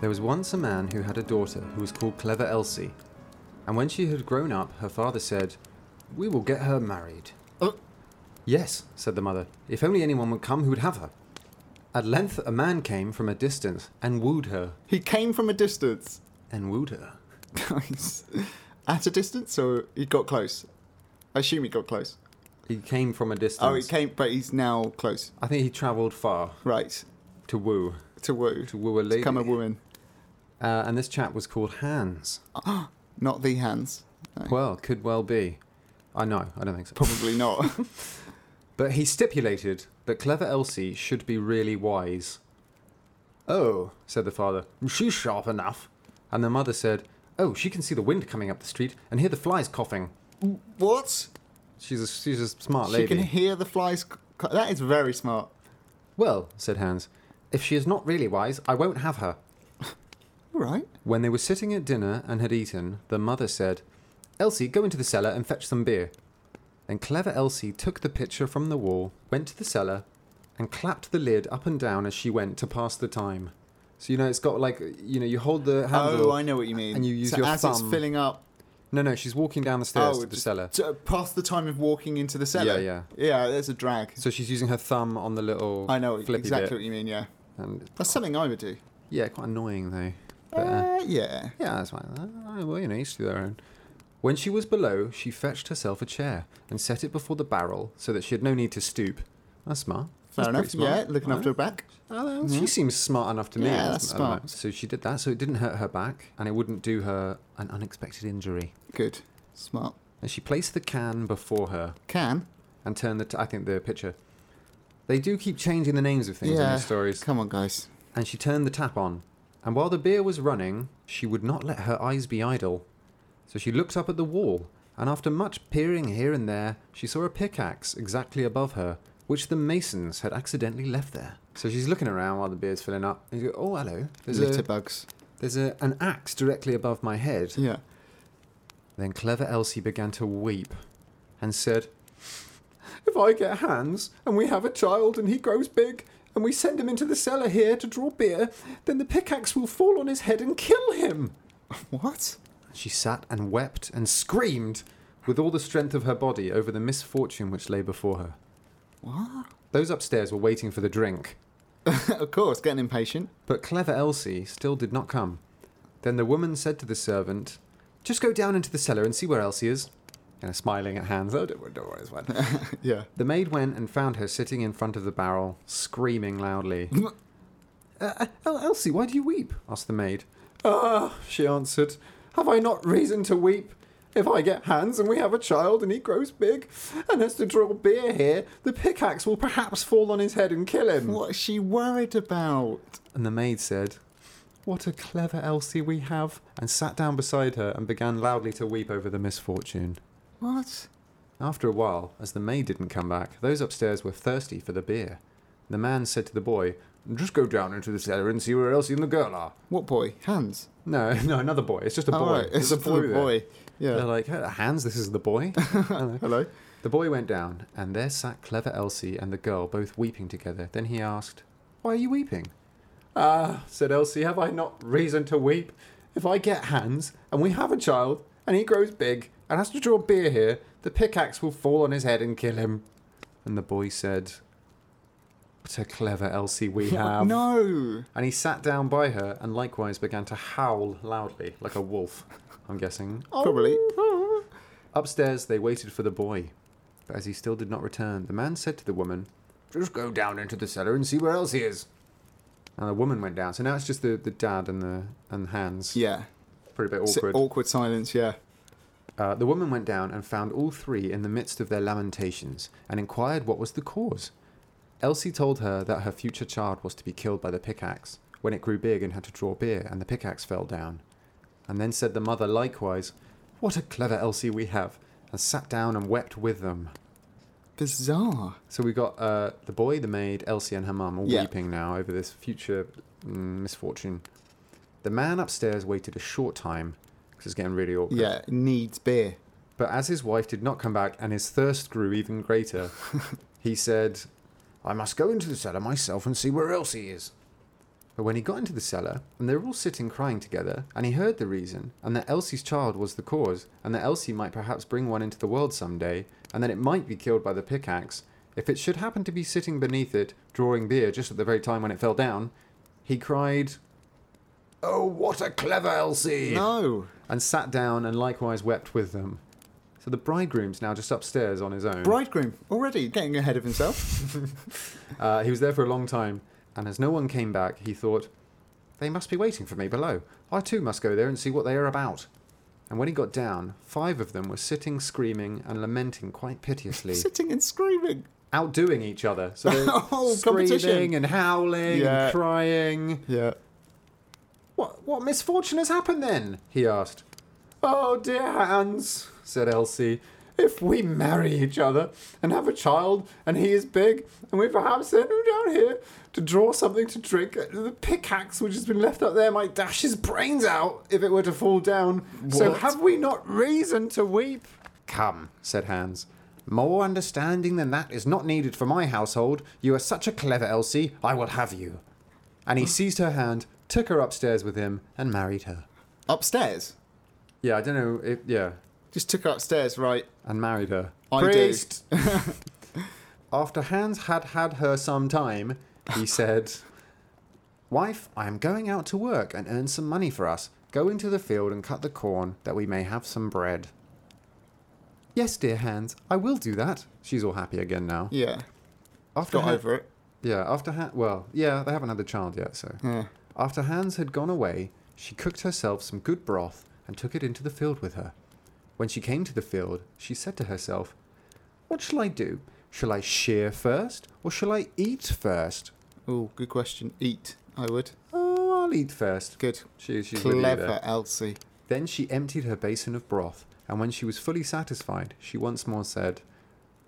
There was once a man who had a daughter who was called Clever Elsie, and when she had grown up, her father said, We will get her married. Uh, Yes, said the mother. If only anyone would come who would have her. At length, a man came from a distance and wooed her. he came from a distance. And wooed her. Nice. At a distance, or he got close? I assume he got close. He came from a distance. Oh, he came, but he's now close. I think he travelled far Right. to woo, To woo. to woo a lady. Become a woman. uh, and this chap was called Hans. Not the hands. No, Well, could well be. I know, I don't think so. Oh. Probably not. But he stipulated that clever Elsie should be really wise. Oh, said the father, she's sharp enough. And the mother said, Oh, she can see the wind coming up the street and hear the flies coughing. what? She's a, she's a smart She lady. can hear the flies. c- c- That is very smart. Well, said Hans, if she is not really wise, I won't have her. All right. When they were sitting at dinner and had eaten, the mother said, Elsie, go into the cellar and fetch some beer. And clever Elsie took the pitcher from the wall, went to the cellar, and clapped the lid up and down as she went to pass the time. So, you know, it's got like, you know, you hold the handle. Oh, I know what you mean. and you use so your as it's thumb filling up, No, no, she's walking down the stairs Oh, to the just- cellar. to, past the time of walking into the cellar. Yeah, yeah. Yeah, there's a drag. So she's using her thumb on the little I know flippy exactly bit. what you mean. Yeah, And, that's something I would do. yeah, quite annoying though. But, uh, Uh, yeah. Yeah, that's fine. Uh, Well, you know, each to their own. When she was below, she fetched herself a chair and set it before the barrel so that she had no need to stoop. That's smart. Fair That's enough. pretty smart. Yeah, looking Right. after her back. Oh, She seems smart enough to me. Yeah, that's I don't know. smart. So she did that, so it didn't hurt her back, and it wouldn't do her an unexpected injury. Good. Smart. And she placed the can before her Can. and turned the, t- I think, the picture. They do keep changing the names of things in Yeah. these stories. Come on, guys. and she turned the tap on. And while the beer was running, she would not let her eyes be idle. So she looked up at the wall, and after much peering here and there, she saw a pickaxe exactly above her, which the masons had accidentally left there. So she's looking around while the beer's filling up, and you go, "Oh, hello! There's a, Litterbugs. there's a, an axe directly above my head." Yeah. Then clever Elsie began to weep, and said, "If I get Hans, and we have a child, and he grows big, and we send him into the cellar here to draw beer, then the pickaxe will fall on his head and kill him." What? She sat and wept and screamed with all the strength of her body over the misfortune which lay before her. What? Those upstairs were waiting for the drink, of course, getting impatient. but clever Elsie still did not come. Then the woman said to the servant, Just go down into the cellar and see where Elsie is. And smiling at Hans, oh, don't worry, don't worry, it's fine." Yeah. The maid went and found her sitting in front of the barrel, screaming loudly. uh, El- Elsie, why do you weep? asked the maid. Ah, she answered, have I not reason to weep? If I get Hans and we have a child and he grows big and has to draw beer here, the pickaxe will perhaps fall on his head and kill him. What is she worried about? And the maid said, What a clever Elsie we have, and sat down beside her and began loudly to weep over the misfortune. What? After a while, as the maid didn't come back, those upstairs were thirsty for the beer. The man said to the boy, Just go down into the cellar and see where Elsie and the girl are. What boy? Hands. No, no, another boy. It's just a boy. All Oh, right, There's It's a boy. there. boy. They're Yeah. like, "Uh, Hans, this is the boy. Hello. the boy went down, and there sat clever Elsie and the girl both weeping together. Then he asked, Why are you weeping? Ah, said Elsie, have I not reason to weep? If I get Hans, and we have a child, and he grows big, and has to draw beer here, the pickaxe will fall on his head and kill him. And the boy said, What a clever Elsie we have. no. And he sat down by her and likewise began to howl loudly, like a wolf, I'm guessing. Probably. Upstairs, they waited for the boy. But as he still did not return, the man said to the woman, Just go down into the cellar and see where else he is. And the woman went down. So now it's just the, the dad and the and Hans. Yeah. oh. Pretty bit Si- awkward. awkward silence. Yeah. Uh, the woman went down and found all three in the midst of their lamentations and inquired what was the cause. Elsie told her that her future child was to be killed by the pickaxe when it grew big and had to draw beer, and the pickaxe fell down. And then said the mother likewise, What a clever Elsie we have! and sat down and wept with them. Bizarre. So we got uh, the boy, the maid, Elsie, and her mum all Yeah. weeping now over this future mm, misfortune. The man upstairs waited a short time because it's getting really awkward. Yeah, needs beer. But as his wife did not come back and his thirst grew even greater, he said, I must go into the cellar myself and see where Elsie is. But when he got into the cellar, and they were all sitting crying together, and he heard the reason, and that Elsie's child was the cause, and that Elsie might perhaps bring one into the world some day, and that it might be killed by the pickaxe, if it should happen to be sitting beneath it, drawing beer just at the very time when it fell down, he cried, Oh, what a clever Elsie! No. and sat down and likewise wept with them. So the bridegroom's now just upstairs on his own. Bridegroom, already getting ahead of himself. Uh, he was there for a long time, and as no one came back, he thought, They must be waiting for me below. I too must go there and see what they are about. And when he got down, five of them were sitting, screaming, and lamenting quite piteously, Sitting and screaming. outdoing each other. So they're Oh, competition. screaming and howling Yeah. and crying. Yeah. What what misfortune has happened then? he asked. Oh dear Hans, said Elsie. If we marry each other and have a child, and he is big, and we perhaps send him down here to draw something to drink, uh, the pickaxe which has been left up there might dash his brains out if it were to fall down. So What? have we not reason to weep? Come, said Hans. More understanding than that is not needed for my household. You are such a clever Elsie, I will have you. And he seized her hand, took her upstairs with him, and married her. Upstairs. Yeah, I don't know. If, yeah, Just took her upstairs, right? and married her. I do. After Hans had had her some time, he said, Wife, I am going out to work and earn some money for us. Go into the field and cut the corn that we may have some bread. Yes, dear Hans, I will do that. She's all happy again now. Yeah. After Got Han- over it. Yeah, after Han- well, yeah, they haven't had the child yet, so. Yeah. After Hans had gone away, she cooked herself some good broth and took it into the field with her. When she came to the field, she said to herself, What shall I do? Shall I shear first, or shall I eat first? Oh, good question. Eat. I would. Oh, I'll eat first. Good. She, she's with you there. Clever Elsie. Then she emptied her basin of broth, and when she was fully satisfied, she once more said,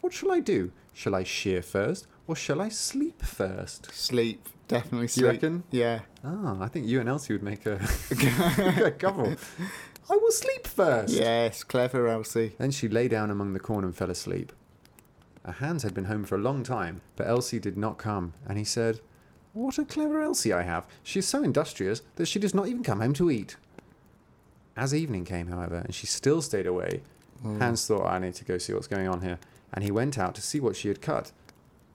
What shall I do? Shall I shear first, or shall I sleep first? Sleep. Definitely sleep. You reckon? Yeah. Ah, I think you and Elsie would make a, a couple. I will sleep first. Yes, clever Elsie. Then she lay down among the corn and fell asleep. Uh, Hans had been home for a long time, but Elsie did not come, and he said, What a clever Elsie I have! She is so industrious that she does not even come home to eat. As evening came, however, and she still stayed away, Mm. Hans thought, I need to go see what's going on here, and he went out to see what she had cut.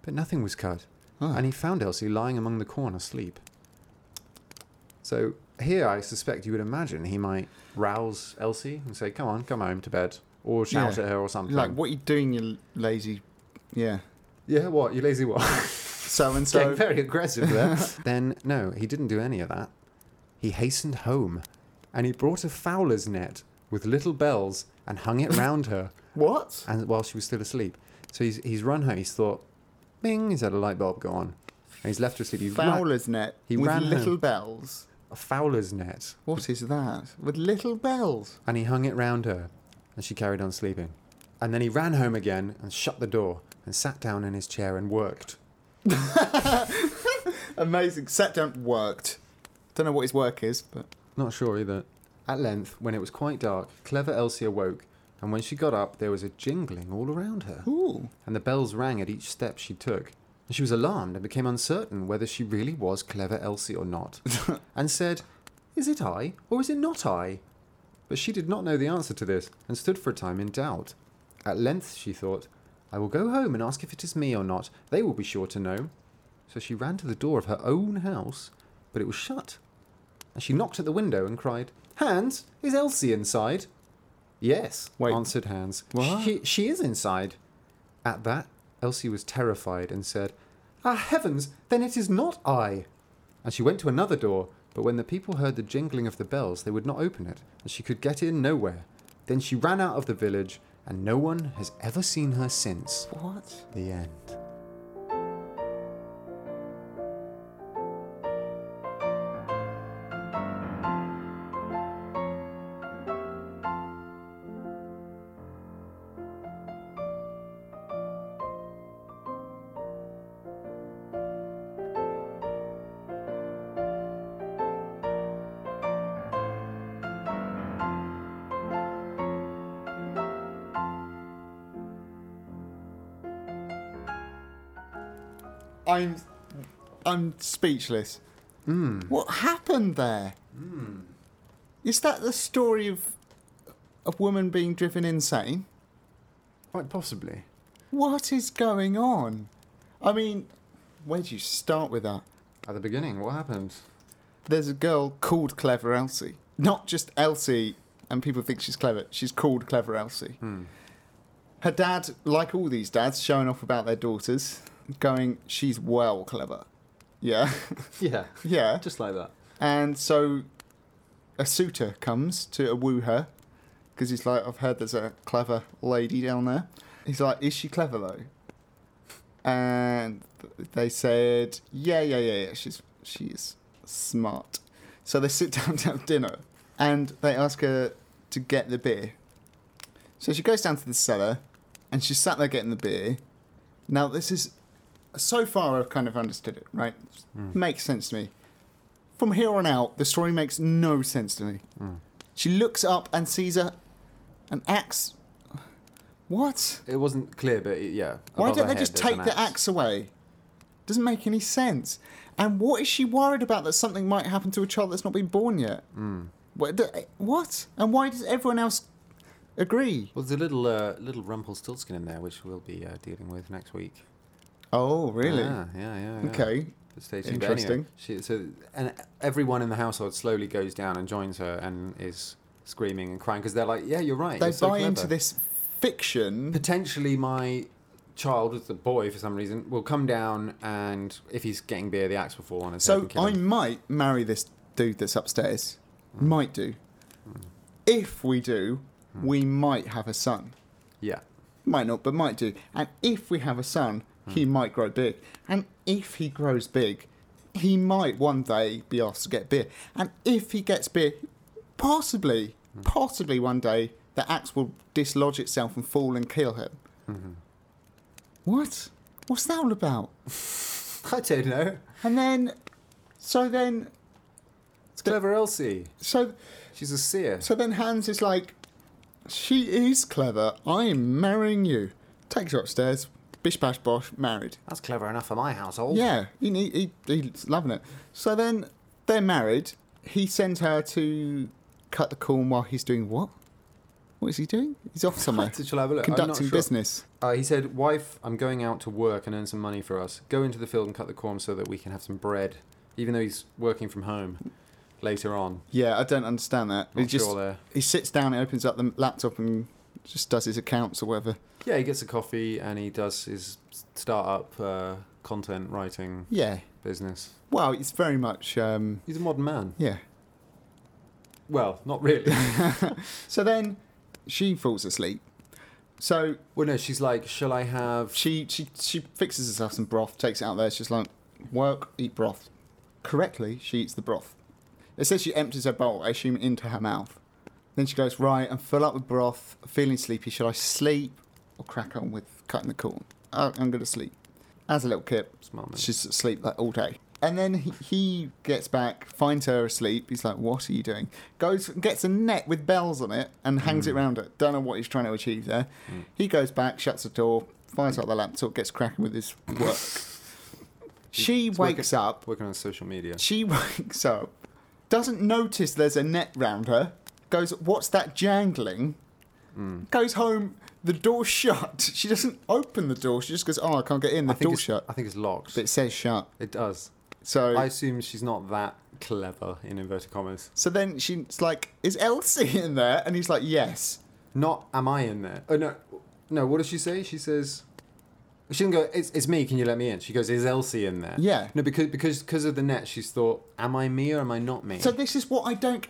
But nothing was cut, Ah. and he found Elsie lying among the corn asleep. So here, I suspect you would imagine he might rouse Elsie and say, "Come on, come home to bed," or shout Yeah. at her or something. Like, what are you doing, you lazy. Yeah. yeah, what you lazy what? So and Getting so. very aggressive there. then no, he didn't do any of that. He hastened home, and he brought a fowler's net with little bells and hung it round her, What? and while she was still asleep. So he's he's run her. He's thought, "Bing!" He's had a light bulb go on, and he's left her asleep. He's ra- Fowler's net. He with ran little home. bells. a fowler's net. What is that? With little bells. and he hung it round her, and she carried on sleeping. And then he ran home again and shut the door and sat down in his chair and worked. Amazing. Sat down. Worked. Don't know what his work is, but Not sure either. At length, when it was quite dark, clever Elsie awoke, and when she got up, there was a jingling all around her, ooh, and the bells rang at each step she took. And she was alarmed and became uncertain whether she really was clever Elsie or not, and said, Is it I, or is it not I? But she did not know the answer to this, and stood for a time in doubt. At length she thought, I will go home and ask if it is me or not. They will be sure to know. So she ran to the door of her own house, but it was shut. And she knocked at the window and cried, Hans, is Elsie inside? Yes, Wait. answered Hans. What? She, she is inside. At that, Elsie was terrified and said, Ah, heavens, then it is not I. And she went to another door, but when the people heard the jingling of the bells, they would not open it, and she could get in nowhere. Then she ran out of the village, and no one has ever seen her since. what? The end. I'm, I'm speechless. What happened there? Is that the story of a woman being driven insane? Quite possibly. What is going on? I mean, where do you start with that? At the beginning, what happened? There's a girl called Clever Elsie. Not just Elsie, and people think she's clever. She's called Clever Elsie. Hmm. Her dad, like all these dads, showing off about their daughters, going, she's well clever. Yeah. Yeah, yeah. just like that. And so a suitor comes to woo her because he's like, I've heard there's a clever lady down there. He's like, Is she clever though? And they said, Yeah, yeah, yeah, yeah. She's she is smart. So they sit down to have dinner and they ask her to get the beer. So she goes down to the cellar and she's sat there getting the beer. Now, this is so far I've kind of understood it, right? Makes sense to me from here on out, the story makes no sense to me. Hmm. She looks up and sees a an axe. What? It wasn't clear, but it, yeah. Why above don't her they just head, take there's an the axe away? Doesn't make any sense. And what is she worried about that something might happen to a child that's not been born yet? Hmm. What? the- eh, what? And why does everyone else agree? Well, there's a little uh, little Rumpelstiltskin in there, which we'll be uh, dealing with next week. Oh, really? Ah, Yeah, yeah, yeah. yeah. Okay. But stay tuned. But anyway, Interesting. she, so, and everyone in the household slowly goes down and joins her and is screaming and crying because they're like, "Yeah, you're right." They buy you're so into clever." this fiction. Potentially, my child, as the boy for some reason, will come down and if he's getting beer, the axe will fall on his head So and kill I him. Hmm. might marry this dude that's upstairs. Might do. If we do, we might have a son. Yeah, Might not, but might do. And if we have a son, Hmm. he might grow big. And if he grows big, he might one day be asked to get beer. And if he gets beer, possibly, Hmm. possibly one day, the axe will dislodge itself and fall and kill him. Mm-hmm. What? What's that all about? I don't know. And then, so then, It's clever, Elsie. so She's a seer. So then Hans is like, She is clever. I am marrying you. Takes her upstairs. Bish bash bosh, married. That's clever enough for my household. Yeah, he, he, he, he's loving it. So then they're married. He sends her to cut the corn while he's doing what? What is he doing? He's off somewhere. So shall I have a look? I'm not Conducting sure. business. Uh, he said, "Wife, I'm going out to work and earn some money for us. Go into the field and cut the corn so that we can have some bread." Even though he's working from home later on, Yeah, I don't understand that. not he just sure there. he sits down, and opens up the laptop, and just does his accounts or whatever. Yeah, he gets a coffee and he does his startup uh, content writing Yeah. business. Well, it's very much um, He's a modern man. yeah. Well, not really. So then she falls asleep. So well, no, she's like, "Shall I have?" she she she fixes herself some broth, takes it out there. She's like, work, eat broth. Correctly, she eats the broth. It says she empties her bowl, I assume, into her mouth. Then she goes, right, I'm full up with broth, feeling sleepy. Should I sleep or crack on with cutting the corn? Oh, I'm going to sleep. As a little kid, Smart man. she's asleep like all day. And then he, he gets back, finds her asleep. He's like, what are you doing? Goes, gets a net with bells on it and hangs Hmm. it round her. Don't know what he's trying to achieve there. He goes back, shuts the door, finds out the laptop, gets cracking with his work. she He's working- wakes up. Working on social media. She wakes up, doesn't notice there's a net round her, goes, What's that jangling? Hmm. Goes home, the door shut. She doesn't open the door, she just goes, Oh, I can't get in, the I think door it's, shut. I think it's locked. But it says shut. it does. So I assume she's not that clever in inverted commas. so then she's like, Is Elsie in there? And he's like, Yes. Not am I in there? Oh no, no. What does she say? She says, she didn't go. It's, it's me. Can you let me in? She goes, is Elsie in there? Yeah. No, because because because of the net, she's thought, am I me or am I not me? So this is what I don't.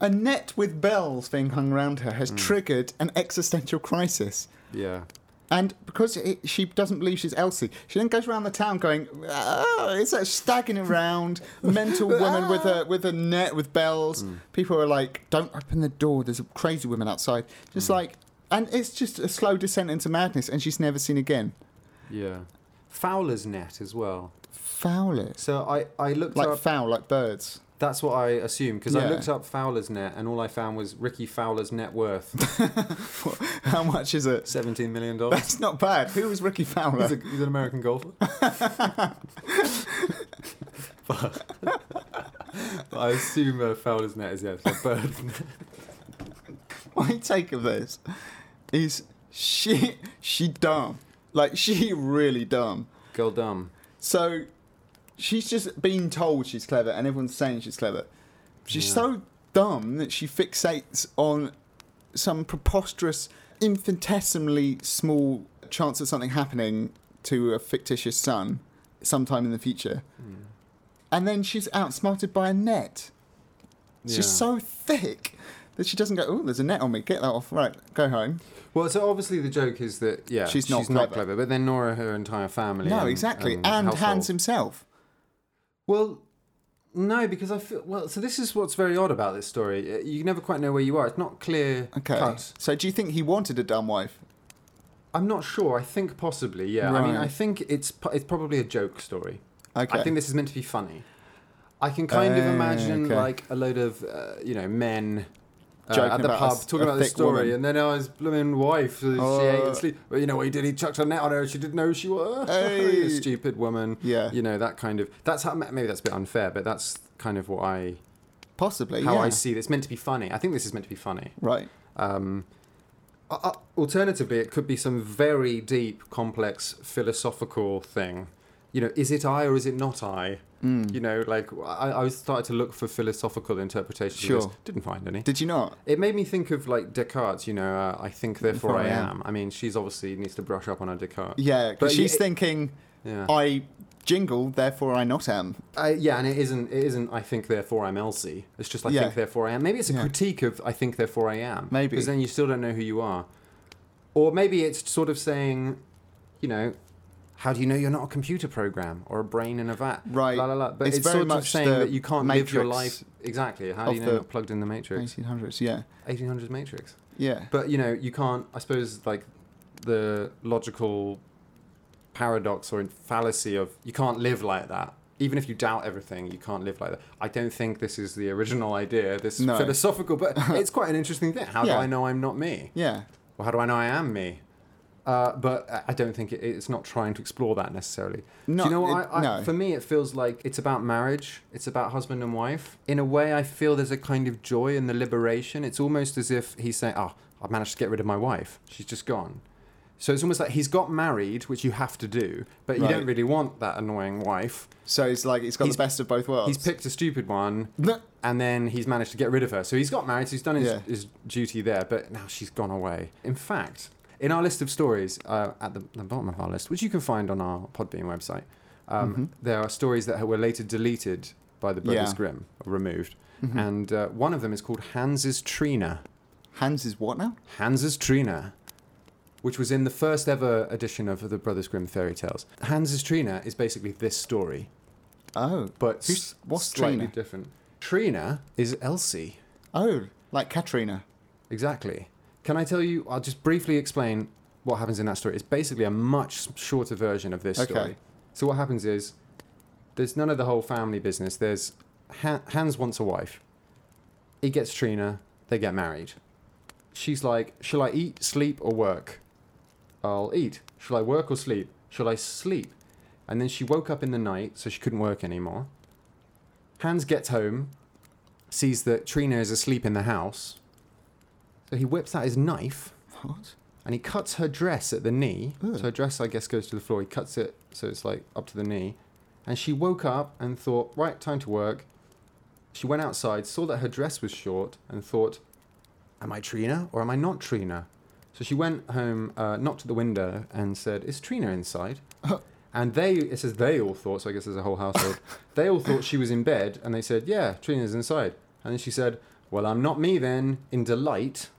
A net with bells being hung around her has triggered an existential crisis. yeah. And because it, she doesn't believe she's Elsie, she then goes around the town going, "Ah," it's a staggering around mental woman with a with a net with bells. People are like, "Don't open the door. There's a crazy woman outside." Just like, and it's just a slow descent into madness, and she's never seen again. Yeah. Fowler's net as well. Foul it, So I I looked like up. foul, like birds. That's what I assume because I Yeah. looked up Fowler's net and all I found was Ricky Fowler's net worth How much is it? seventeen million dollars. That's not bad. Who was Ricky Fowler? He's, a- he's an American golfer. but, but I assume uh, Fowler's net is yeah, it's like bird net. my take of this is she she dumb like she really dumb girl dumb. so she's just been told she's clever and everyone's saying she's clever she's Yeah. so dumb that she fixates on some preposterous infinitesimally small chance of something happening to a fictitious son sometime in the future Mm. and then she's outsmarted by a net she's Yeah. so thick that she doesn't go oh there's a net on me get that off right go home Well, so obviously the joke is that yeah, She's not clever. But then Nora, her entire family. No, and- exactly. And, household- Hans himself. Well, no, because I feel well. So this is what's very odd about this story. Uh, You never quite know where you are. It's not clear. Okay. Cut. So do you think he wanted a dumb wife? I'm not sure. I think possibly. Yeah. I mean, Right. I think it's po- it's probably a joke story. Okay. I think this is meant to be funny. I can kind of Ah, imagine okay. like a load of uh, you know men. Uh, Joking at the about a pub, s- talking a about this thick story, woman. and then I was blooming wife. So she ate Oh. and sleep. Well, you know what he did? He chucked a net on her. and She didn't know who she was. Hey. Stupid woman. yeah. you know that kind of that's how maybe that's a bit unfair but that's kind of what i Possibly. how Uh, yeah. i see this meant to be funny i think this is meant to be funny Right. um uh, uh, alternatively it could be some very deep complex philosophical thing you know is it i or is it not i Mm. you know like i, I started to look for philosophical interpretations of Sure. this. didn't find any Did you not? it made me think of like descartes you know uh, i think therefore i Therefore I am. am i mean she's obviously needs to brush up on her descartes Yeah. 'cause But y- she's it- thinking, yeah I jingle, therefore I not am. Uh, yeah, and it isn't. It isn't. I think therefore I'm Elsie. It's just I Yeah. think therefore I am. Maybe it's a Yeah. critique of I think therefore I am. Maybe. because then you still don't know who you are, or maybe it's sort of saying, you know, how do you know you're not a computer program or a brain in a vat? Right. La, la, la. But It's it's, very sort of much saying the that you can't live your matrix life exactly. How do of you know the- you're not plugged in the matrix? 1800s. Yeah. 1800s matrix. Yeah. But you know, you can't. I suppose like the logical paradox or fallacy of you can't live like that. Even if you doubt everything, you can't live like that. I don't think this is the original idea. This No. philosophical, but it's quite an interesting thing. How Yeah. do I know I'm not me? Yeah. Or how do I know I am me? Uh, but I- I don't think it, it's not trying to explore that necessarily. No, Do you know what? it- I, I, no. For me, it feels like it's about marriage. It's about husband and wife. In a way, I feel there's a kind of joy in the liberation. It's almost as if he's saying, "Oh, I've managed to get rid of my wife. She's just gone." So it's almost like he's got married, which you have to do, but you Right. don't really want that annoying wife. So it's like it's got He's- the best of both worlds. He's picked a stupid one, No, and then he's managed to get rid of her. So he's got married, so he's done his, Yeah. his duty there, but now she's gone away. In fact, in our list of stories uh, at the, the bottom of our list, which you can find on our Podbean website, um, Mhm. there are stories that were later deleted by the Brothers Yeah. Grimm, or removed. Mhm. And uh, one of them is called Hans's Trina. Hans is what now? Hans's Trina, which was in the first ever edition of the Brothers Grimm fairy tales. Hans's Trina is basically this story, Oh. but Who's- what's slightly Trina? different. Trina is Elsie. Oh. Like Katrina. Exactly. Can I tell you? I'll just briefly explain what happens in that story. It's basically a much shorter version of this Okay. story. So what happens is there's none of the whole family business. There's Han- Hans wants a wife. He gets Trina. They get married. She's like, shall I eat, sleep, or work? I'll eat. Shall I work or sleep? Shall I sleep? And then she woke up in the night, so she couldn't work anymore. Hans gets home, sees that Trina is asleep in the house, so he whips out his knife What? and he cuts her dress at the knee. Ugh. So her dress, I guess, goes to the floor. He cuts it so it's like up to the knee. And she woke up and thought, right, time to work. She went outside, saw that her dress was short, and thought, am I Trina or am I not Trina? So she went home, uh, knocked at the window, and said, is Trina inside? And they, it says they all thought, so I guess there's a whole household, they all thought she was in bed, and they said, yeah, Trina's inside. And then she said, well, I'm not me then, in delight.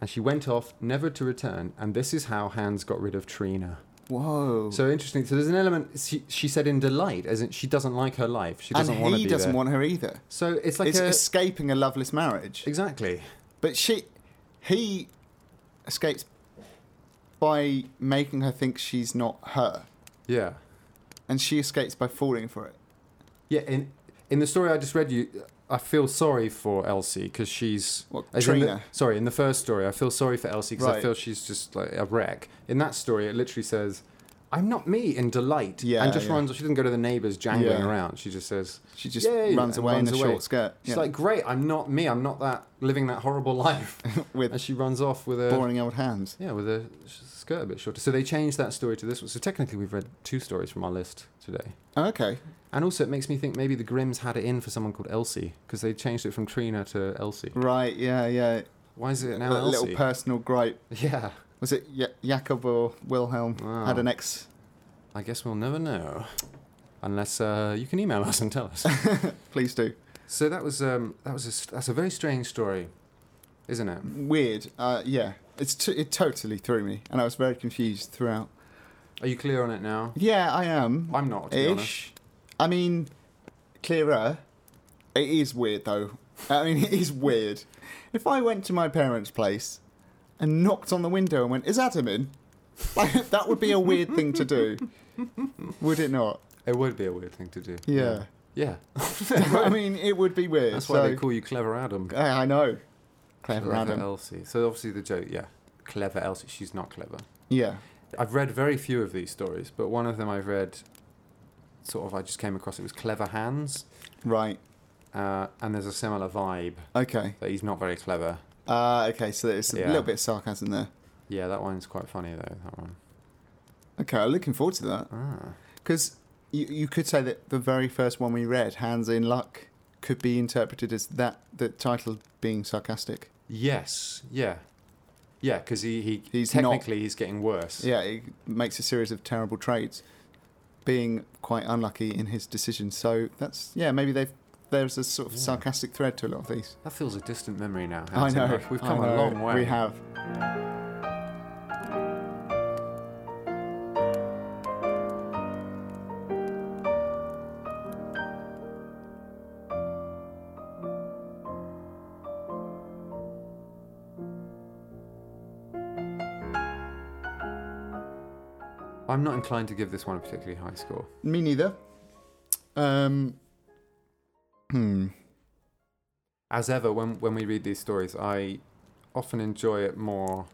And she went off, never to return. And this is how Hans got rid of Trina. Whoa. So interesting. So there's an element, she, she said in delight, as in she doesn't like her life. She doesn't and want to he be doesn't there. want her either. so it's like it's a... escaping a loveless marriage. exactly. But she, he escapes by making her think she's not her, Yeah. and she escapes by falling for it. Yeah, and in the story I just read you, I feel sorry for Elsie because she's. What, as in the- Trina? sorry, in the first story, I feel sorry for Elsie because I Right. feel she's just like a wreck. In that story, it literally says, "I'm not me" in delight, Yeah, and just yeah. runs. She doesn't go to the neighbors jangling Yeah. around. She just says, She just "Yay," runs and away runs in a away. short skirt. She's Yeah. like, "Great, I'm not me. I'm not that living that horrible life." and with she runs off with a boring old hands. yeah, with a sh- skirt a bit shorter. So they changed that story to this one. So technically, we've read two stories from our list today. Oh, okay. And also, it makes me think maybe the Grims had it in for someone called Elsie because they changed it from Trina to Elsie. Right. Yeah. Yeah. Why is it now That Elsie? little personal gripe. yeah, Was it Ja- Jakob or Wilhelm Wow. had an ex? I guess we'll never know, unless uh, you can email us and tell us. Please do. so that was um, that was a, s- that's a very strange story, isn't it? Weird. Uh, yeah. It's t- it totally threw me, and I was very confused throughout. Are you clear on it now? Yeah, I am. I'm not. To be honest. Ish. I mean, clearer. It is weird though. I mean, it is weird. If I went to my parents' place and knocked on the window and went, "Is Adam in?" Like, that would be a weird thing to do, would it not? It would be a weird thing to do. Yeah. Yeah. I mean, it would be weird. That's why so- they call you Clever Adam. Yeah, I know. Clever Adam. Elsie. So obviously the joke, yeah. Clever Elsie. She's not clever. Yeah. I've read very few of these stories, but one of them I've read, sort of, I just came across. It was Clever Hands, Right. uh, and there's a similar vibe Okay. that he's not very clever. Uh, okay. So there's a Yeah. little bit of sarcasm there. Yeah, that one's quite funny though. That one. Okay, I'm looking forward to that Ah. because you, you could say that the very first one we read, "Hands in Luck," could be interpreted as that the title being sarcastic. Yes. Yeah. Yeah, because he, he He's not- technically he's getting worse. Yeah, it makes a series of terrible trades, being quite unlucky in his decisions. So that's yeah, maybe they've there's a sort of Yeah. sarcastic thread to a lot of these. That feels a distant memory now. I Hanson. know Like, We've I come a know, long way. We have. I'm not inclined to give this one a particularly high score. Me neither. Um. Hmm. as ever, when when we read these stories, I often enjoy it more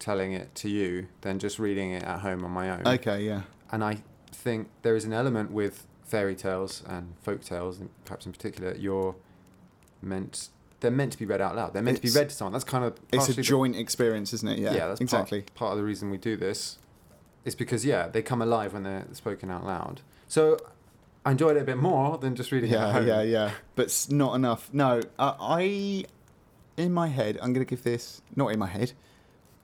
telling it to you than just reading it at home on my own. Okay. Yeah. And I think there is an element with fairy tales and folk tales, and perhaps in particular, you're meant they're meant to be read out loud. They're meant to be It's- read to someone. That's kind of It's a partially the- joint experience, isn't it? Yeah. yeah, that's exactly. part, part of the reason we do this. It's because yeah, they come alive when they're spoken out loud. So I enjoyed it a bit more than just reading it at Yeah, home. yeah, yeah. But s- not enough. No, uh, I, in my head, I'm going to give this, not in my head,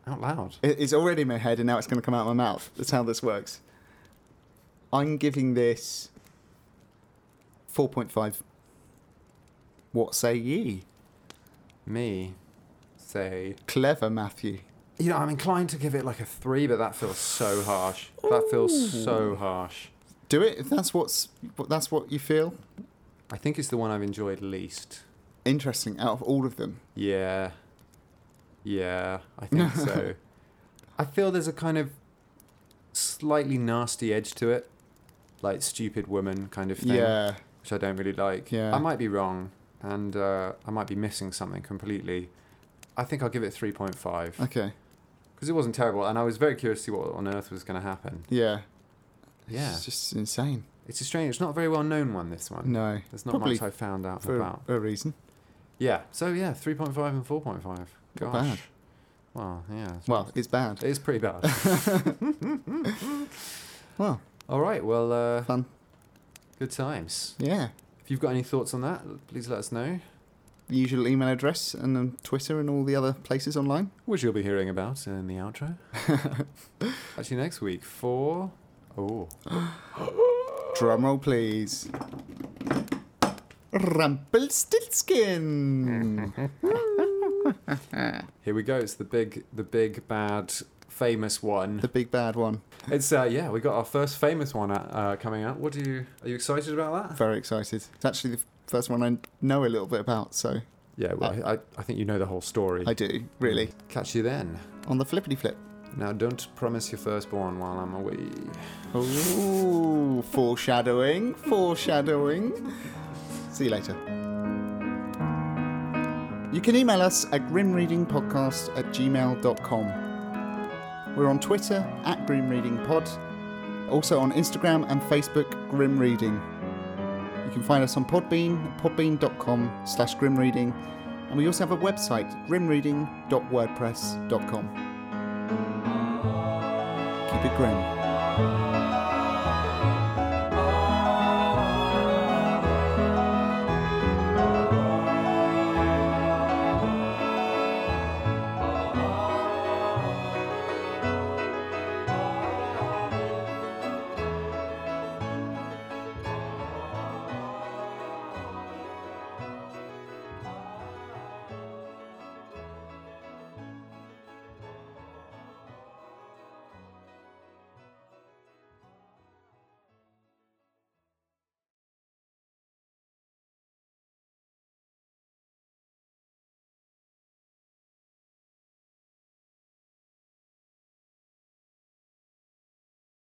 Out loud. It- it's already in my head and now it's going to come out of my mouth. That's how this works. I'm giving this 4.5. What say ye? Me say Clever, Matthew. You know, I'm inclined to give it like a three, but that feels so harsh. That feels so harsh. Do it if that's what's what- that's what you feel. I think it's the one I've enjoyed least. Interesting. Out of all of them, Yeah. Yeah, I think so. I feel there's a kind of slightly nasty edge to it, like stupid woman kind of thing, yeah, which I don't really like. Yeah. I might be wrong, and uh, I might be missing something completely. I think I'll give it 3.5 okay, because it wasn't terrible, and I was very curious to see what on earth was going to happen. yeah, Yeah. It's just insane. It's a strange, it's not a very well known one, this one. No, There's not Probably much I found out for about. a reason. Yeah. So yeah, three point five and four point five. Gosh. Not bad. Well, yeah. it's- Well, it's bad. it's pretty bad. Well, All right. Well, uh, fun. good times. Yeah. If you've got any thoughts on that, l- please let us know, the usual email address and um, Twitter and all the other places online. which you'll be hearing about in the outro. Actually, next week for oh Drum roll, please. Rumpelstiltskin. here we go. It's the big, the big bad. Famous one. the big bad one. It's uh yeah, we got our first famous one uh, uh, coming out. What do you are you excited about that? Very excited. It's actually the first one I know a little bit about, so Yeah, well, I, I I think you know the whole story. Uh, I do really Catch you then. on the flippity flip. Now, don't promise your firstborn while I'm away. Ooh, foreshadowing, foreshadowing. See you later. You can email us at grimreadingpodcast at gmail.com. We're on Twitter at grimreadingpod, also on Instagram and Facebook, Grim Reading. You can find us on Podbean, podbean.com slash grimreading, and we also have a website, grimreading.wordpress.com. Keep it grim.